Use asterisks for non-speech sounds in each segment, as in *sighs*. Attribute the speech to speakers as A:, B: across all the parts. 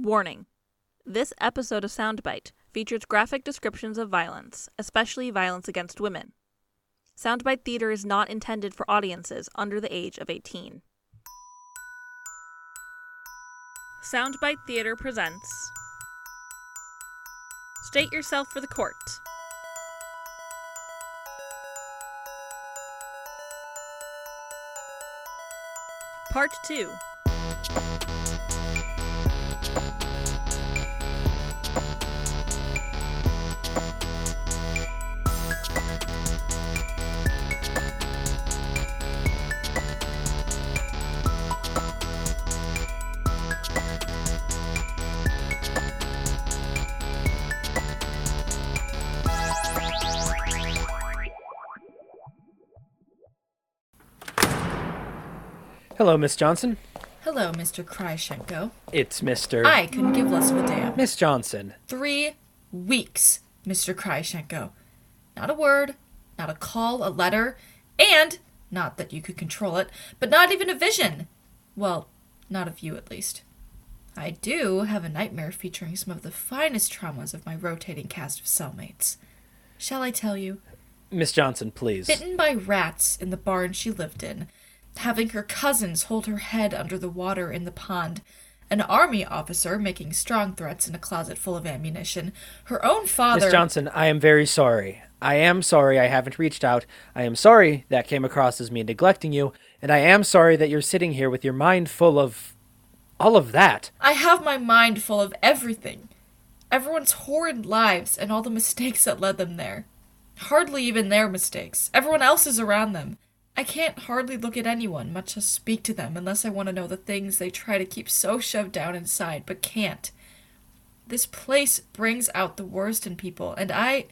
A: Warning This episode of Soundbite features graphic descriptions of violence, especially violence against women. Soundbite Theater is not intended for audiences under the age of 18. Soundbite Theater presents State Yourself for the Court. Part 2
B: Hello, Miss Johnson.
C: Hello, Mr. Kryashenko.
B: It's Mr.
C: I couldn't give less of a damn.
B: Miss Johnson.
C: Three weeks, Mr. Kryashenko. Not a word, not a call, a letter, and not that you could control it, but not even a vision. Well, not of you at least. I do have a nightmare featuring some of the finest traumas of my rotating cast of cellmates. Shall I tell you?
B: Miss Johnson, please.
C: Bitten by rats in the barn she lived in, having her cousins hold her head under the water in the pond, an army officer making strong threats in a closet full of ammunition, her own father.
B: Miss Johnson, I am very sorry. I am sorry I haven't reached out. I am sorry that came across as me neglecting you, and I am sorry that you're sitting here with your mind full of all of that.
C: I have my mind full of everything. Everyone's horrid lives and all the *laughs* mistakes that led them there. Hardly even their mistakes. Everyone else is around them. I can't hardly look at anyone, much less speak to them, unless I want to know the things they try to keep so shoved down inside, but can't. This place brings out the worst in people, and I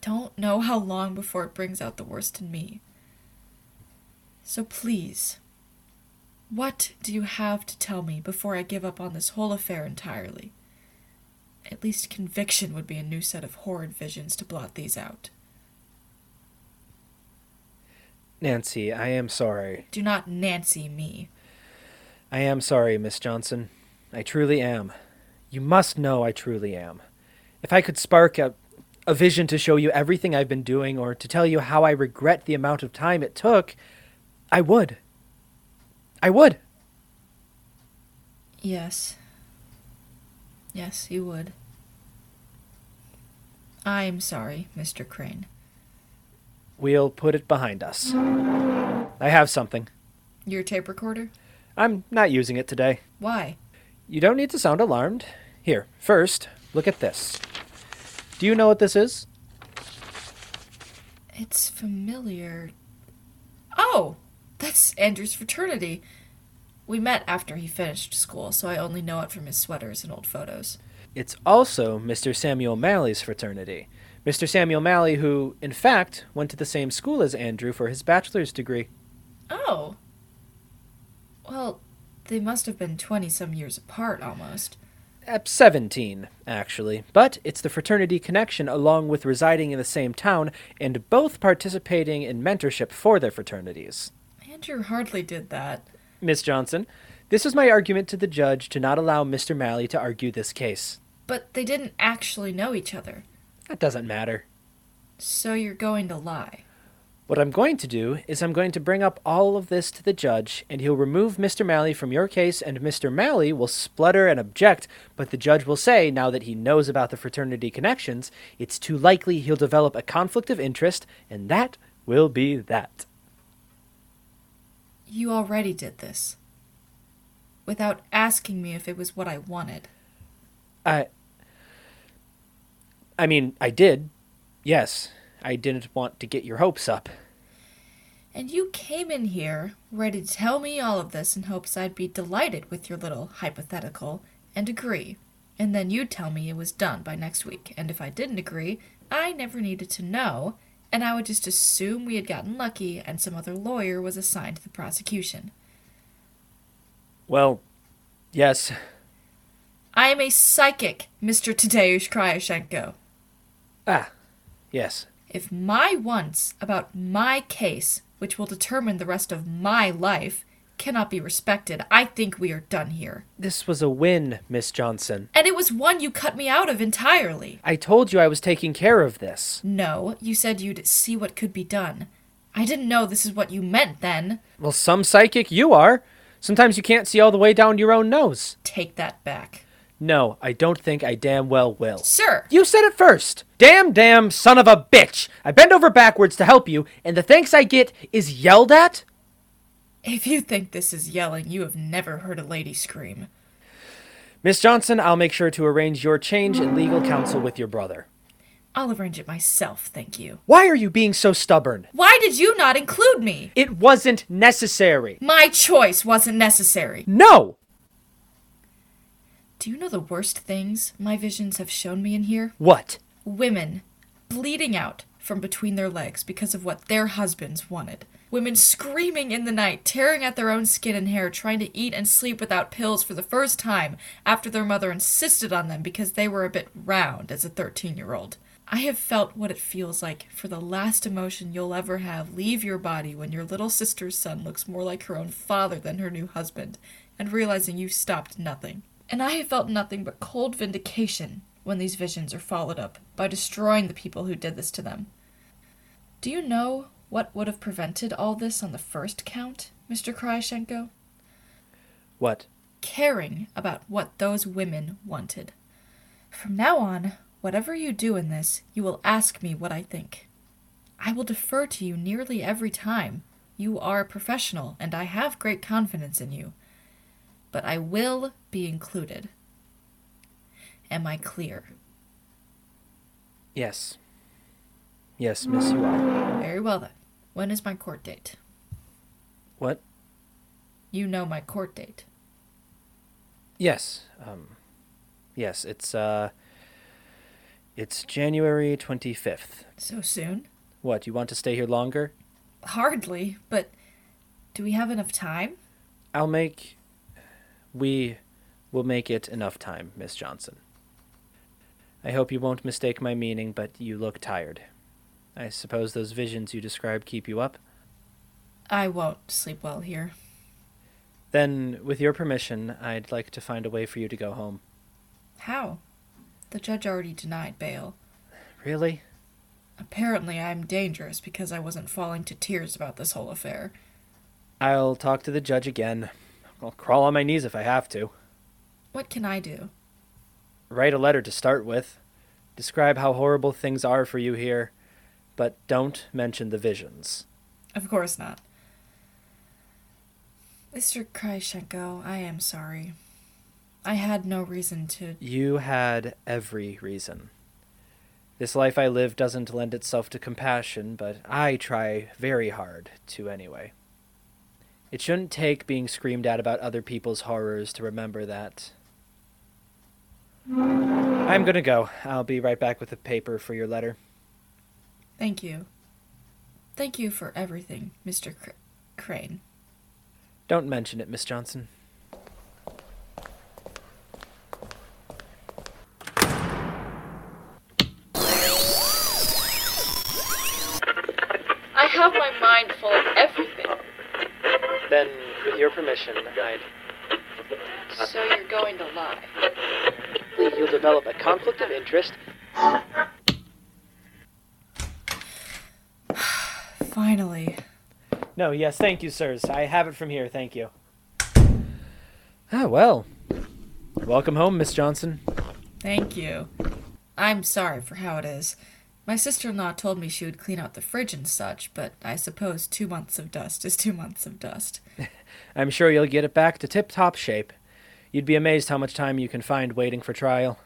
C: don't know how long before it brings out the worst in me. So please, what do you have to tell me before I give up on this whole affair entirely? At least conviction would be a new set of horrid visions to blot these out.
B: Nancy, I am sorry.
C: Do not Nancy me.
B: I am sorry, Miss Johnson. I truly am. You must know I truly am. If I could spark a, a vision to show you everything I've been doing or to tell you how I regret the amount of time it took, I would. I would.
C: Yes. Yes, you would. I'm sorry, Mr. Crane.
B: We'll put it behind us. I have something.
C: Your tape recorder?
B: I'm not using it today.
C: Why?
B: You don't need to sound alarmed. Here, first, look at this. Do you know what this is?
C: It's familiar. Oh, that's Andrew's fraternity. We met after he finished school, so I only know it from his sweaters and old photos.
B: It's also Mr. Samuel Malley's fraternity. Mr. Samuel Malley, who, in fact, went to the same school as Andrew for his bachelor's degree.
C: Oh. Well, they must have been 20 some years apart almost.
B: At 17, actually. But it's the fraternity connection, along with residing in the same town and both participating in mentorship for their fraternities.
C: Andrew hardly did that.
B: Miss Johnson, this is my argument to the judge to not allow Mr. Malley to argue this case.
C: But they didn't actually know each other.
B: That doesn't matter.
C: So you're going to lie.
B: What I'm going to do is I'm going to bring up all of this to the judge, and he'll remove Mr. Malley from your case, and Mr. Malley will splutter and object, but the judge will say, now that he knows about the fraternity connections, it's too likely he'll develop a conflict of interest, and that will be that.
C: You already did this. Without asking me if it was what I wanted.
B: I. I mean, I did. Yes. I didn't want to get your hopes up.
C: And you came in here ready to tell me all of this in hopes I'd be delighted with your little hypothetical and agree. And then you'd tell me it was done by next week. And if I didn't agree, I never needed to know, and I would just assume we had gotten lucky and some other lawyer was assigned to the prosecution.
B: Well, yes.
C: I am a psychic, Mr. Tadeusz Kryashenko.
B: Ah, yes.
C: If my wants about my case, which will determine the rest of my life, cannot be respected. I think we are done here.
B: This was a win, Miss Johnson.
C: And it was one you cut me out of entirely.
B: I told you I was taking care of this.
C: No, you said you'd see what could be done. I didn't know this is what you meant then.
B: Well, some psychic you are. Sometimes you can't see all the way down your own nose.
C: Take that back.
B: No, I don't think I damn well will.
C: Sir!
B: You said it first. Damn, damn, son of a bitch. I bend over backwards to help you, and the thanks I get is yelled at?
C: If you think this is yelling, you have never heard a lady scream.
B: Miss Johnson, I'll make sure to arrange your change in legal counsel with your brother.
C: I'll arrange it myself, thank you.
B: Why are you being so stubborn?
C: Why did you not include me?
B: It wasn't necessary.
C: My choice wasn't necessary.
B: No!
C: Do you know the worst things my visions have shown me in here?
B: What?
C: Women bleeding out from between their legs because of what their husbands wanted. Women screaming in the night, tearing at their own skin and hair, trying to eat and sleep without pills for the first time after their mother insisted on them because they were a bit round as a 13 year old. I have felt what it feels like for the last emotion you'll ever have leave your body when your little sister's son looks more like her own father than her new husband, and realizing you've stopped nothing. And I have felt nothing but cold vindication when these visions are followed up by destroying the people who did this to them. Do you know what would have prevented all this on the first count, Mr. Kryashenko?
B: What?
C: Caring about what those women wanted. From now on, whatever you do in this, you will ask me what I think. I will defer to you nearly every time. You are a professional, and I have great confidence in you. But I will be included. Am I clear?
B: Yes. Yes, Miss, you are.
C: Very well then. When is my court date?
B: What?
C: You know my court date.
B: Yes. Um, yes, it's, uh, it's January 25th.
C: So soon?
B: What, you want to stay here longer?
C: Hardly, but do we have enough time?
B: I'll make. We will make it enough time, Miss Johnson. I hope you won't mistake my meaning, but you look tired. I suppose those visions you describe keep you up?
C: I won't sleep well here.
B: Then, with your permission, I'd like to find a way for you to go home.
C: How? The judge already denied bail.
B: Really?
C: Apparently, I'm dangerous because I wasn't falling to tears about this whole affair.
B: I'll talk to the judge again. I'll crawl on my knees if I have to.
C: What can I do?
B: Write a letter to start with. Describe how horrible things are for you here, but don't mention the visions.
C: Of course not. Mr. Kryshenko, I am sorry. I had no reason to.
B: You had every reason. This life I live doesn't lend itself to compassion, but I try very hard to anyway. It shouldn't take being screamed at about other people's horrors to remember that. I'm gonna go. I'll be right back with the paper for your letter.
C: Thank you. Thank you for everything, Mr. Cr- Crane.
B: Don't mention it, Miss Johnson.
C: I have my mind full of everything.
B: Then, with your permission, I'd.
C: So you're going to lie.
B: You'll develop a conflict of interest.
C: Finally.
B: No, yes, thank you, sirs. I have it from here, thank you. Ah, well. Welcome home, Miss Johnson.
C: Thank you. I'm sorry for how it is. My sister in law told me she would clean out the fridge and such, but I suppose two months of dust is two months of dust.
B: I'm sure you'll get it back to tip top shape. You'd be amazed how much time you can find waiting for trial.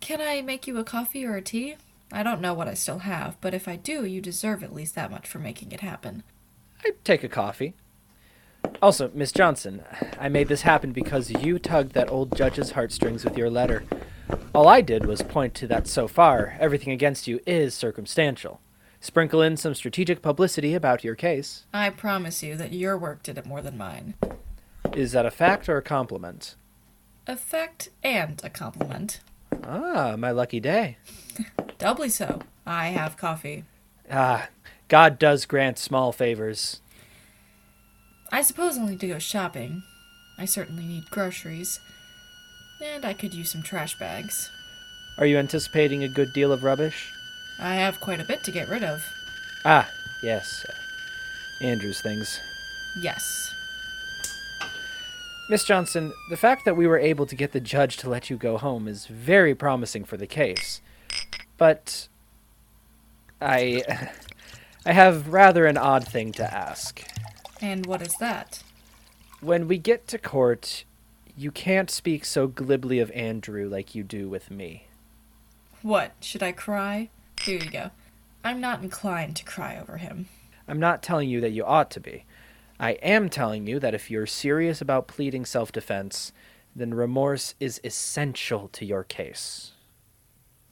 C: Can I make you a coffee or a tea? I don't know what I still have, but if I do, you deserve at least that much for making it happen.
B: I'd take a coffee. Also, Miss Johnson, I made this happen because you tugged that old judge's heartstrings with your letter. All I did was point to that so far, everything against you is circumstantial. Sprinkle in some strategic publicity about your case.
C: I promise you that your work did it more than mine.
B: Is that a fact or a compliment?
C: A fact and a compliment.
B: Ah, my lucky day.
C: Doubly so. I have coffee.
B: Ah, God does grant small favors.
C: I suppose I'll need to go shopping. I certainly need groceries. And I could use some trash bags.
B: Are you anticipating a good deal of rubbish?
C: I have quite a bit to get rid of.
B: Ah, yes. uh, Andrew's things.
C: Yes.
B: Miss Johnson, the fact that we were able to get the judge to let you go home is very promising for the case. But I *laughs* I have rather an odd thing to ask.
C: And what is that?
B: When we get to court, you can't speak so glibly of Andrew like you do with me.
C: What? Should I cry? Here you go. I'm not inclined to cry over him.
B: I'm not telling you that you ought to be. I am telling you that if you're serious about pleading self defense, then remorse is essential to your case.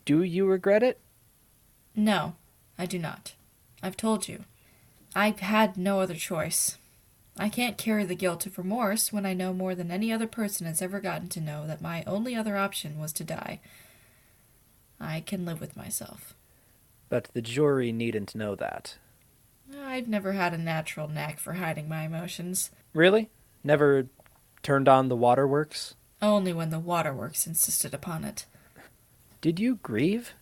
B: Do you regret it?
C: No, I do not. I've told you. I had no other choice. I can't carry the guilt of remorse when I know more than any other person has ever gotten to know that my only other option was to die. I can live with myself.
B: But the jury needn't know that.
C: I've never had a natural knack for hiding my emotions,
B: Really? Never turned on the waterworks?
C: only when the waterworks insisted upon it.
B: Did you grieve?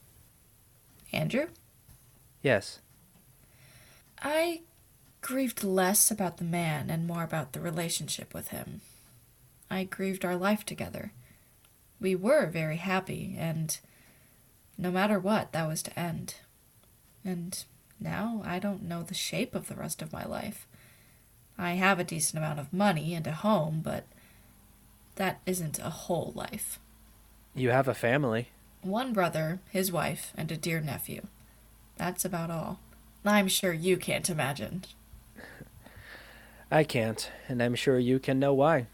C: Andrew?
B: Yes.
C: I grieved less about the man and more about the relationship with him. I grieved our life together. We were very happy, and no matter what, that was to end. And now I don't know the shape of the rest of my life. I have a decent amount of money and a home, but that isn't a whole life.
B: You have a family.
C: One brother, his wife, and a dear nephew. That's about all. I'm sure you can't imagine.
B: I can't, and I'm sure you can know why.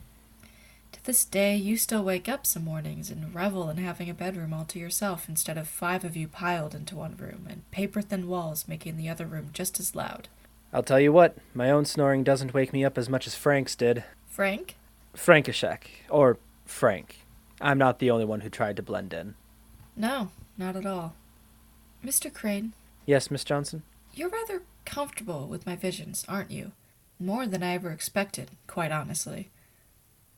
C: To this day, you still wake up some mornings and revel in having a bedroom all to yourself instead of five of you piled into one room, and paper thin walls making the other room just as loud.
B: I'll tell you what, my own snoring doesn't wake me up as much as Frank's did.
C: Frank?
B: Frankishek, or Frank. I'm not the only one who tried to blend in.
C: No, not at all. Mr. Crane,
B: Yes, Miss Johnson?
C: you're rather comfortable with my visions, aren't you? More than I ever expected, quite honestly.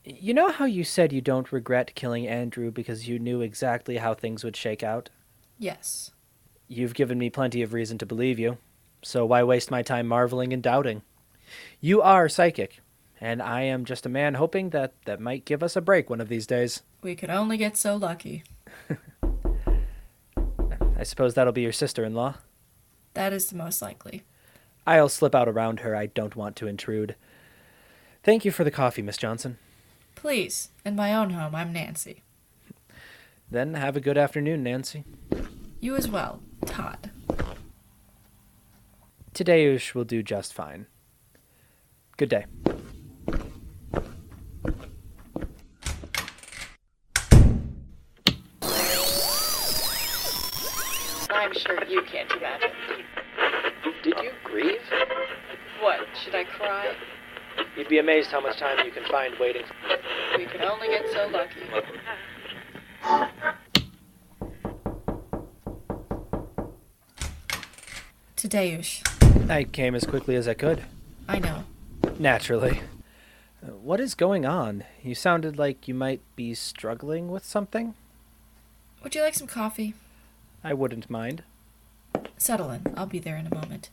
B: You know how you said you don't regret killing Andrew because you knew exactly how things would shake out?
C: Yes.
B: You've given me plenty of reason to believe you, so why waste my time marveling and doubting? You are psychic, and I am just a man hoping that that might give us a break one of these days.
C: We could only get so lucky.
B: I suppose that'll be your sister in law.
C: That is the most likely.
B: I'll slip out around her. I don't want to intrude. Thank you for the coffee, Miss Johnson.
C: Please, in my own home, I'm Nancy.
B: Then have a good afternoon, Nancy.
C: You as well, Todd.
B: Tadeusz will do just fine. Good day.
C: I'm sure you can't imagine.
B: Did you grieve?
C: What, should I cry?
B: You'd be amazed how much time you can find waiting.
C: We can only get so lucky. Tadeusz,
B: I came as quickly as I could.
C: I know.
B: Naturally. Uh, What is going on? You sounded like you might be struggling with something.
C: Would you like some coffee?
B: I wouldn't mind.
C: Settle in. I'll be there in a moment.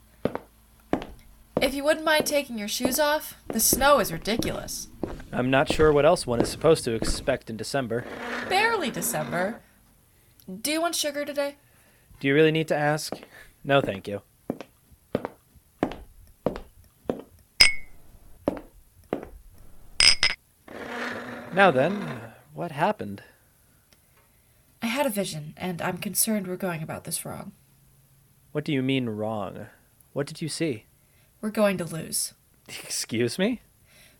C: If you wouldn't mind taking your shoes off, the snow is ridiculous.
B: I'm not sure what else one is supposed to expect in December.
C: Barely December. Do you want sugar today?
B: Do you really need to ask? No, thank you. Now then, uh, what happened?
C: I had a vision, and I'm concerned we're going about this wrong.
B: What do you mean wrong? What did you see? *laughs*
C: We're going to lose.
B: Excuse me?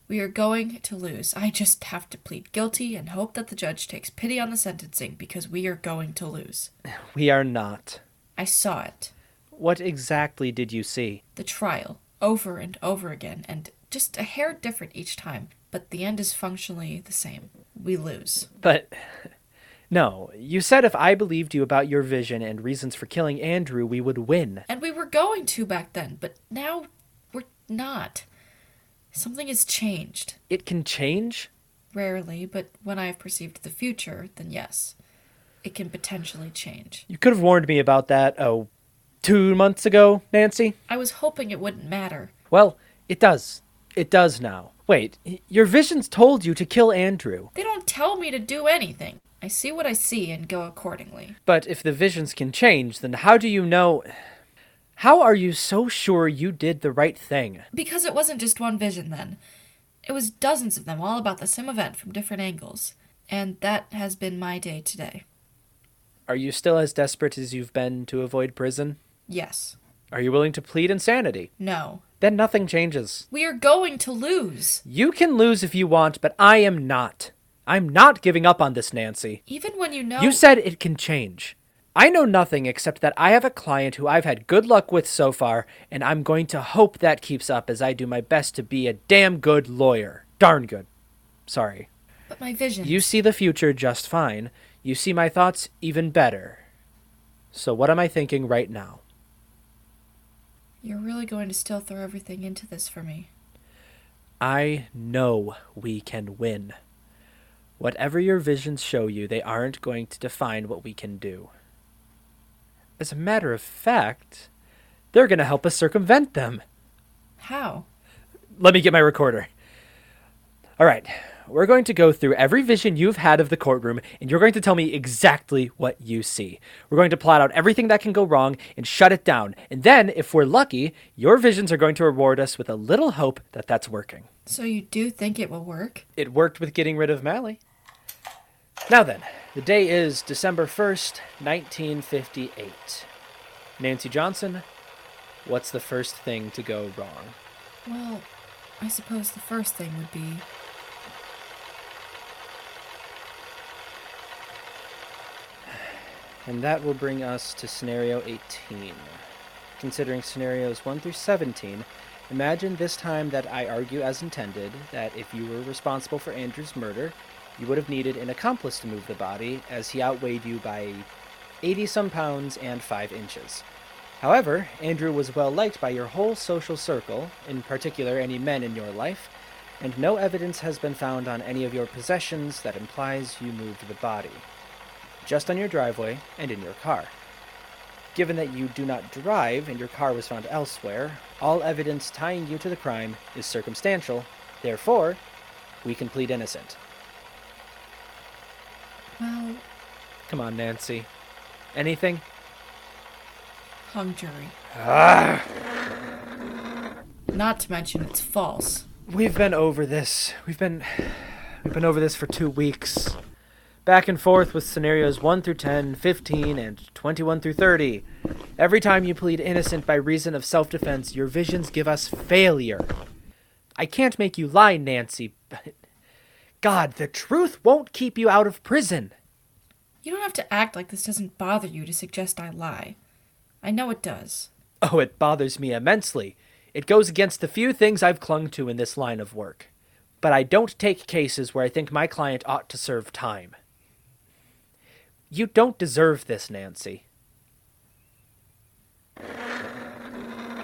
C: We are going to lose. I just have to plead guilty and hope that the judge takes pity on the sentencing because we are going to lose.
B: We are not.
C: I saw it.
B: What exactly did you see?
C: The trial, over and over again, and just a hair different each time, but the end is functionally the same. We lose.
B: But *laughs* no, you said if I believed you about your vision and reasons for killing Andrew, we would win.
C: And we were going to back then, but now we're not. Something has changed.
B: It can change?
C: Rarely, but when I've perceived the future, then yes, it can potentially change.
B: You could have warned me about that, oh, two months ago, Nancy.
C: I was hoping it wouldn't matter.
B: Well, it does. It does now. Wait, y- your visions told you to kill Andrew.
C: They don't tell me to do anything. I see what I see and go accordingly.
B: But if the visions can change, then how do you know. *sighs* How are you so sure you did the right thing?
C: Because it wasn't just one vision then. It was dozens of them, all about the same event from different angles. And that has been my day today.
B: Are you still as desperate as you've been to avoid prison?
C: Yes.
B: Are you willing to plead insanity?
C: No.
B: Then nothing changes.
C: We are going to lose.
B: You can lose if you want, but I am not. I'm not giving up on this, Nancy.
C: Even when you know.
B: You said it can change. I know nothing except that I have a client who I've had good luck with so far, and I'm going to hope that keeps up as I do my best to be a damn good lawyer. Darn good. Sorry.
C: But my vision.
B: You see the future just fine. You see my thoughts even better. So, what am I thinking right now?
C: You're really going to still throw everything into this for me.
B: I know we can win. Whatever your visions show you, they aren't going to define what we can do. As a matter of fact, they're going to help us circumvent them.
C: How?
B: Let me get my recorder. All right, we're going to go through every vision you've had of the courtroom, and you're going to tell me exactly what you see. We're going to plot out everything that can go wrong and shut it down. And then, if we're lucky, your visions are going to reward us with a little hope that that's working.
C: So you do think it will work?
B: It worked with getting rid of Mally. Now then, the day is December 1st, 1958. Nancy Johnson, what's the first thing to go wrong?
C: Well, I suppose the first thing would be.
B: And that will bring us to scenario 18. Considering scenarios 1 through 17, imagine this time that I argue as intended that if you were responsible for Andrew's murder, you would have needed an accomplice to move the body, as he outweighed you by 80 some pounds and 5 inches. However, Andrew was well liked by your whole social circle, in particular any men in your life, and no evidence has been found on any of your possessions that implies you moved the body just on your driveway and in your car. Given that you do not drive and your car was found elsewhere, all evidence tying you to the crime is circumstantial. Therefore, we can plead innocent.
C: Well,
B: Come on, Nancy. Anything?
C: hung jury. Not to mention it's false.
B: We've been over this. We've been we've been over this for 2 weeks. Back and forth with scenarios 1 through 10, 15, and 21 through 30. Every time you plead innocent by reason of self-defense, your visions give us failure. I can't make you lie, Nancy, but God, the truth won't keep you out of prison.
C: You don't have to act like this doesn't bother you to suggest I lie. I know it does.
B: Oh, it bothers me immensely. It goes against the few things I've clung to in this line of work. But I don't take cases where I think my client ought to serve time. You don't deserve this, Nancy.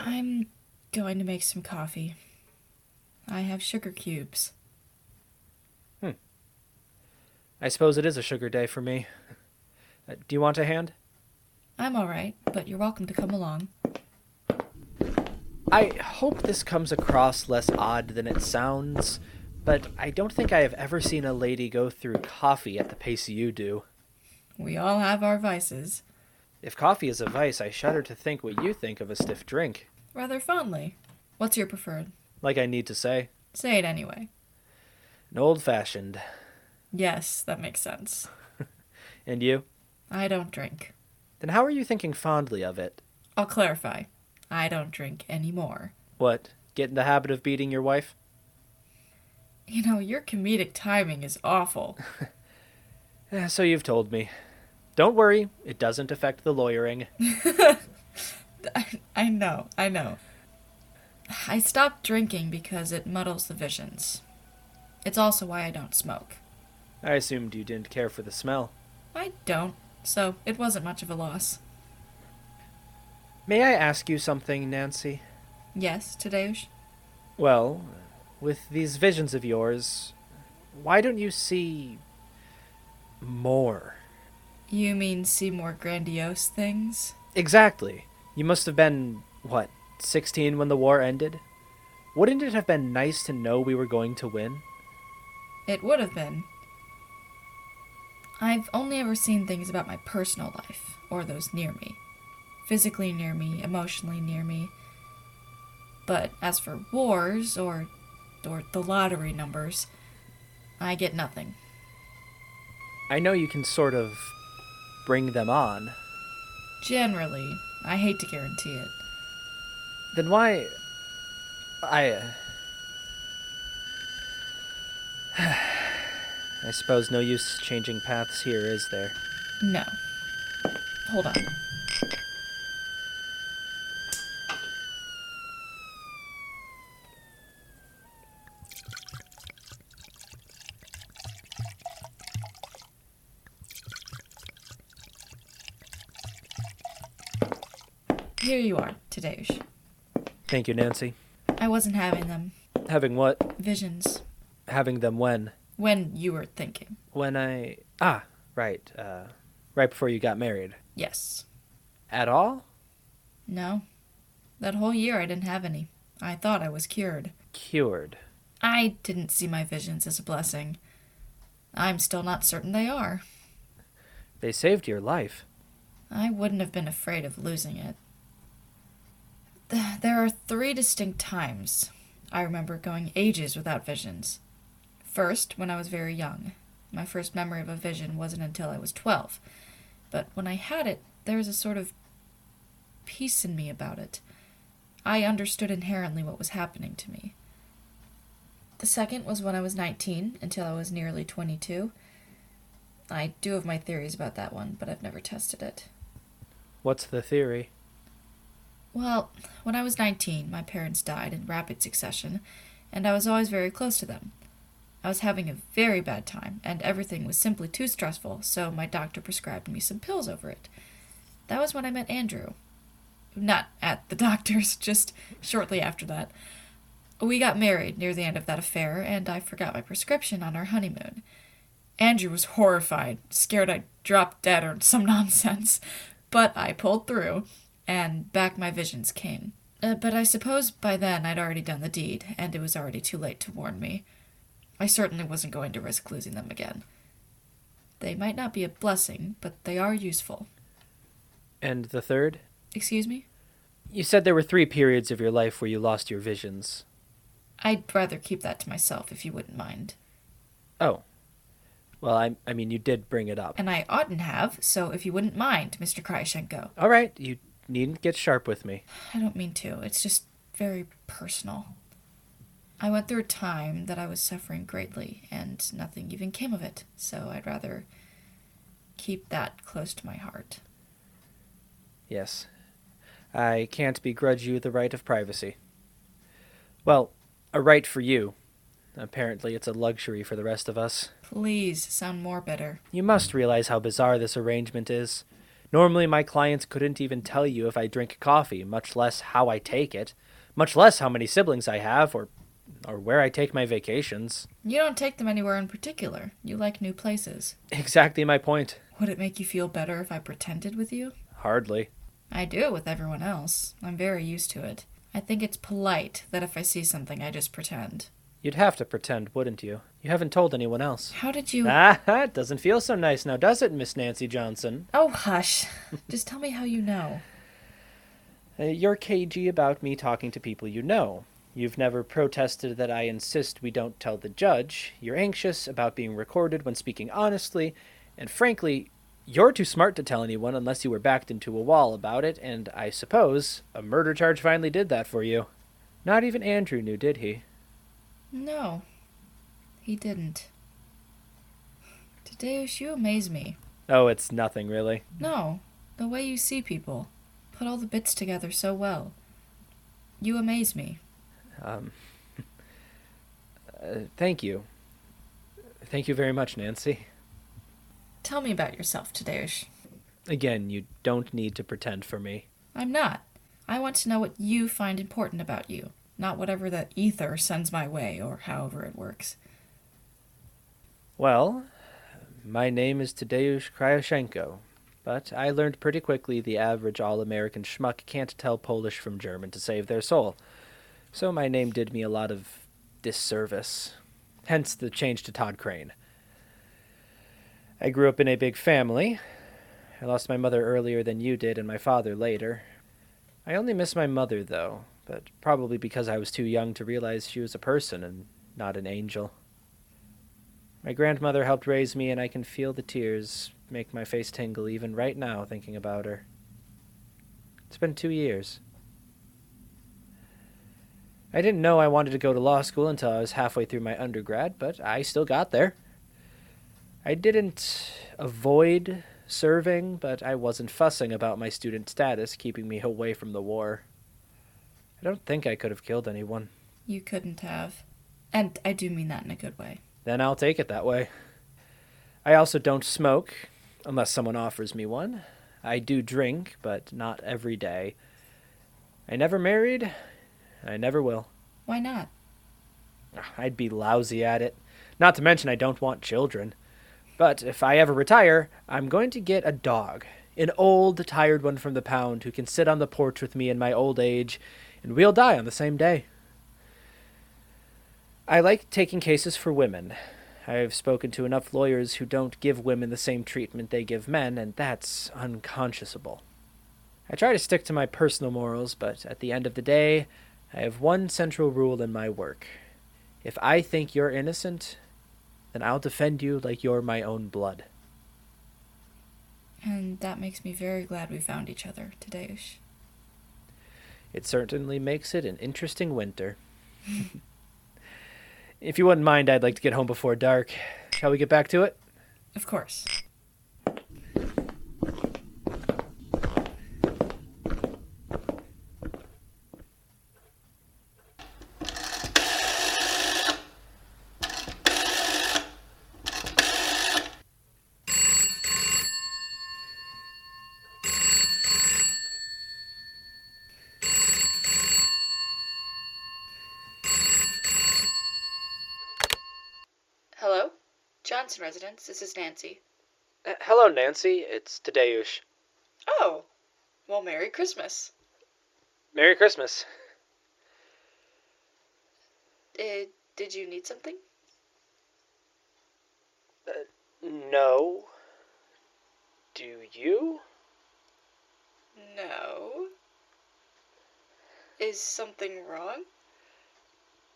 C: I'm going to make some coffee. I have sugar cubes.
B: I suppose it is a sugar day for me. Uh, Do you want a hand?
C: I'm alright, but you're welcome to come along.
B: I hope this comes across less odd than it sounds, but I don't think I have ever seen a lady go through coffee at the pace you do.
C: We all have our vices.
B: If coffee is a vice, I shudder to think what you think of a stiff drink.
C: Rather fondly. What's your preferred?
B: Like I need to say,
C: Say it anyway.
B: an old fashioned.
C: Yes, that makes sense.
B: And you?
C: I don't drink.
B: Then how are you thinking fondly of it?
C: I'll clarify. I don't drink anymore.
B: What? Get in the habit of beating your wife?
C: You know, your comedic timing is awful.
B: Eh, So you've told me. Don't worry, it doesn't affect the lawyering.
C: I know, I know. I stopped drinking because it muddles the visions. It's also why I don't smoke.
B: I assumed you didn't care for the smell.
C: I don't, so it wasn't much of a loss.
B: May I ask you something, Nancy?
C: Yes, Tadeusz?
B: Well, with these visions of yours, why don't you see more?
C: You mean see more grandiose things?
B: Exactly. You must have been, what, 16 when the war ended? Wouldn't it have been nice to know we were going to win?
C: It would have been. I've only ever seen things about my personal life, or those near me. Physically near me, emotionally near me. But as for wars, or, or the lottery numbers, I get nothing.
B: I know you can sort of bring them on.
C: Generally, I hate to guarantee it.
B: Then why. I. *sighs* Uh... I suppose no use changing paths here, is there?
C: No. Hold on. Here you are, Tadeusz.
B: Thank you, Nancy.
C: I wasn't having them.
B: Having what?
C: Visions.
B: Having them when?
C: When you were thinking.
B: When I. Ah, right. Uh, right before you got married.
C: Yes.
B: At all?
C: No. That whole year I didn't have any. I thought I was cured.
B: Cured.
C: I didn't see my visions as a blessing. I'm still not certain they are.
B: They saved your life.
C: I wouldn't have been afraid of losing it. Th- There are three distinct times I remember going ages without visions. First, when I was very young. My first memory of a vision wasn't until I was 12. But when I had it, there was a sort of peace in me about it. I understood inherently what was happening to me. The second was when I was 19 until I was nearly 22. I do have my theories about that one, but I've never tested it.
B: What's the theory?
C: Well, when I was 19, my parents died in rapid succession, and I was always very close to them. I was having a very bad time, and everything was simply too stressful, so my doctor prescribed me some pills over it. That was when I met Andrew. Not at the *laughs* doctor's, just shortly after that. We got married near the end of that affair, and I forgot my prescription on our honeymoon. Andrew was horrified, scared I'd drop dead or some *laughs* nonsense, but I pulled through, and back my visions came. Uh, but I suppose by then I'd already done the deed, and it was already too late to warn me. I certainly wasn't going to risk losing them again. They might not be a blessing, but they are useful.
B: And the third?
C: Excuse me?
B: You said there were three periods of your life where you lost your visions.
C: I'd rather keep that to myself if you wouldn't mind.
B: Oh. Well, I, I mean, you did bring it up.
C: And I oughtn't have, so if you wouldn't mind, Mr. Kryashenko.
B: All right, you needn't get sharp with me.
C: I don't mean to. It's just very personal. I went through a time that I was suffering greatly, and nothing even came of it, so I'd rather keep that close to my heart.
B: Yes. I can't begrudge you the right of privacy. Well, a right for you. Apparently, it's a luxury for the rest of us.
C: Please sound more bitter.
B: You must realize how bizarre this arrangement is. Normally, my clients couldn't even tell you if I drink coffee, much less how I take it, much less how many siblings I have or or where I take my vacations. *laughs*
C: You don't take them anywhere in particular. You like new places.
B: Exactly my point.
C: Would it make you feel better if I pretended with you?
B: Hardly.
C: I do it with everyone else. I'm very used to it. I think it's polite that if I see something, I just pretend.
B: You'd have to pretend, wouldn't you? You haven't told anyone else.
C: How did you.
B: Ah, it doesn't feel so nice now, does it, Miss Nancy Johnson?
C: Oh, hush. Just tell me how you know.
B: Uh, you're cagey about me talking to people you know. You've never protested that I insist we don't tell the judge. You're anxious about being recorded when speaking honestly, and frankly, you're too smart to tell anyone unless you were backed into a wall about it, and I suppose a murder charge finally did that for you. Not even Andrew knew, did he?
C: No, he didn't. Tadeusz, you amaze me.
B: Oh, it's nothing, really.
C: No, the way you see people. Put all the bits together so well. You amaze me.
B: Um, *laughs* uh, thank you. Thank you very much, Nancy.
C: Tell me about yourself, Tadeusz.
B: Again, you don't need to pretend for me.
C: I'm not. I want to know what you find important about you. not whatever the ether sends my way or however it works.
B: Well, my name is Tadeusz Kryoshenko, but I learned pretty quickly the average all American schmuck can't tell Polish from German to save their soul. So my name did me a lot of disservice. Hence the change to Todd Crane. I grew up in a big family. I lost my mother earlier than you did, and my father later. I only miss my mother, though, but probably because I was too young to realize she was a person and not an angel. My grandmother helped raise me, and I can feel the tears make my face tingle even right now thinking about her. It's been two years. I didn't know I wanted to go to law school until I was halfway through my undergrad, but I still got there. I didn't avoid serving, but I wasn't fussing about my student status keeping me away from the war. I don't think I could have killed anyone.
C: You couldn't have. And I do mean that in a good way.
B: Then I'll take it that way. I also don't smoke, unless someone offers me one. I do drink, but not every day. I never married. I never will.
C: Why not?
B: I'd be lousy at it. Not to mention, I don't want children. But if I ever retire, I'm going to get a dog. An old, tired one from the pound who can sit on the porch with me in my old age, and we'll die on the same day. I like taking cases for women. I've spoken to enough lawyers who don't give women the same treatment they give men, and that's unconscionable. I try to stick to my personal morals, but at the end of the day, I have one central rule in my work. If I think you're innocent, then I'll defend you like you're my own blood.
C: And that makes me very glad we found each other, Tadeusz.
B: It certainly makes it an interesting winter. *laughs* if you wouldn't mind, I'd like to get home before dark. Shall we get back to it?
C: Of course. Hello? Johnson residence, this is Nancy.
B: Uh, hello, Nancy. It's Tadeusz.
C: Oh, well, Merry Christmas.
B: Merry Christmas.
C: Uh, did you need something?
B: No. Do you?
C: No. Is something wrong?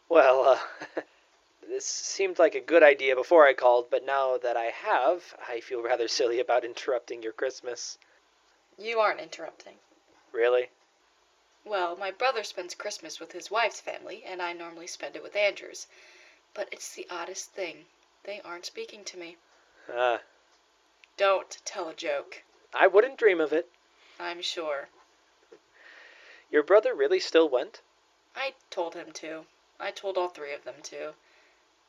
B: Well, uh, *laughs* this seemed like a good idea before I called, but now that I have, I feel rather silly about interrupting your Christmas.
C: You aren't interrupting.
B: Really?
C: Well, my brother spends Christmas with his wife's family, and I normally spend it with Andrew's. But it's the oddest thing. They aren't speaking to me.
B: Uh,
C: Don't tell a joke.
B: I wouldn't dream of it.
C: I'm sure.
B: Your brother really still went?
C: I told him to. I told all three of them to.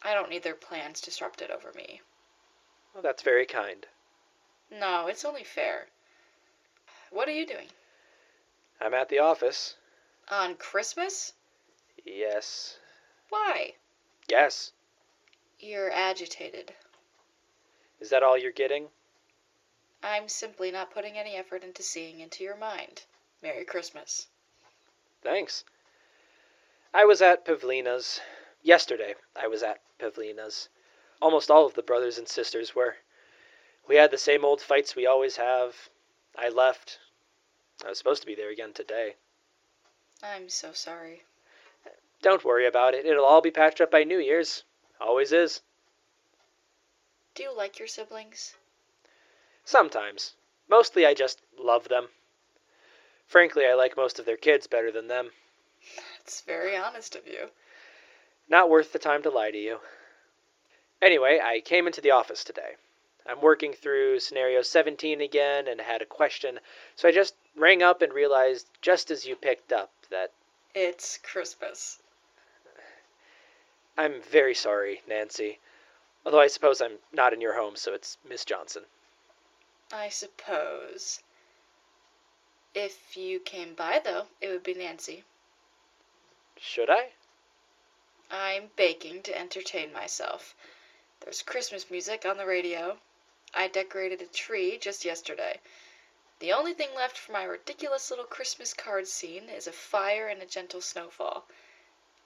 C: I don't need their plans disrupted over me.
B: Well, Oh, that's very kind.
C: No, it's only fair. What are you doing?
B: I'm at the office.
C: On Christmas?
B: Yes.
C: Why?
B: Yes.
C: You're agitated.
B: Is that all you're getting?
C: I'm simply not putting any effort into seeing into your mind. Merry Christmas.
B: Thanks. I was at Pavlina's. Yesterday, I was at Pavlina's. Almost all of the brothers and sisters were. We had the same old fights we always have. I left. I was supposed to be there again today.
C: I'm so sorry.
B: Don't worry about it. It'll all be patched up by New Year's. Always is.
C: Do you like your siblings?
B: Sometimes. Mostly, I just love them. Frankly, I like most of their kids better than them.
C: That's very honest of you.
B: Not worth the time to lie to you. Anyway, I came into the office today. I'm working through scenario 17 again and had a question, so I just rang up and realized, just as you picked up, that
C: It's Christmas.
B: I'm very sorry, Nancy. Although I suppose I'm not in your home, so it's Miss Johnson.
C: I suppose. If you came by, though, it would be Nancy.
B: Should I?
D: I'm baking to entertain myself. There's Christmas music on the radio. I decorated a tree just yesterday. The only thing left for my ridiculous little Christmas card scene is a fire and a gentle snowfall.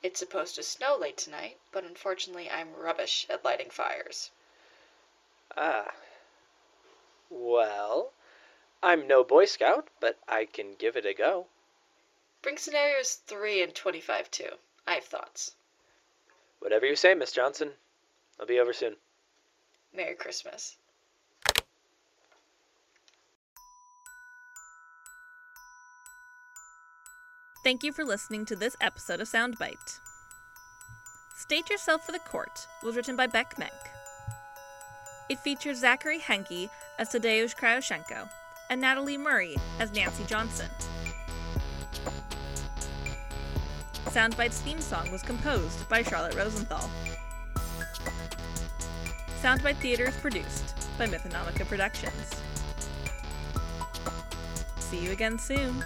D: It's supposed to snow late tonight, but unfortunately I'm rubbish at lighting fires.
B: Ah. Well, I'm no Boy Scout, but I can give it a go.
D: Bring scenarios 3 and 25 too. I have thoughts.
B: Whatever you say, Miss Johnson. I'll be over soon.
D: Merry Christmas.
A: Thank you for listening to this episode of Soundbite. State Yourself for the Court was written by Beck Menk. It features Zachary Henke as Tadeusz Kryoshenko and Natalie Murray as Nancy Johnson. Soundbite's theme song was composed by Charlotte Rosenthal. Soundbite Theater is produced by Mythonomica Productions. See you again soon.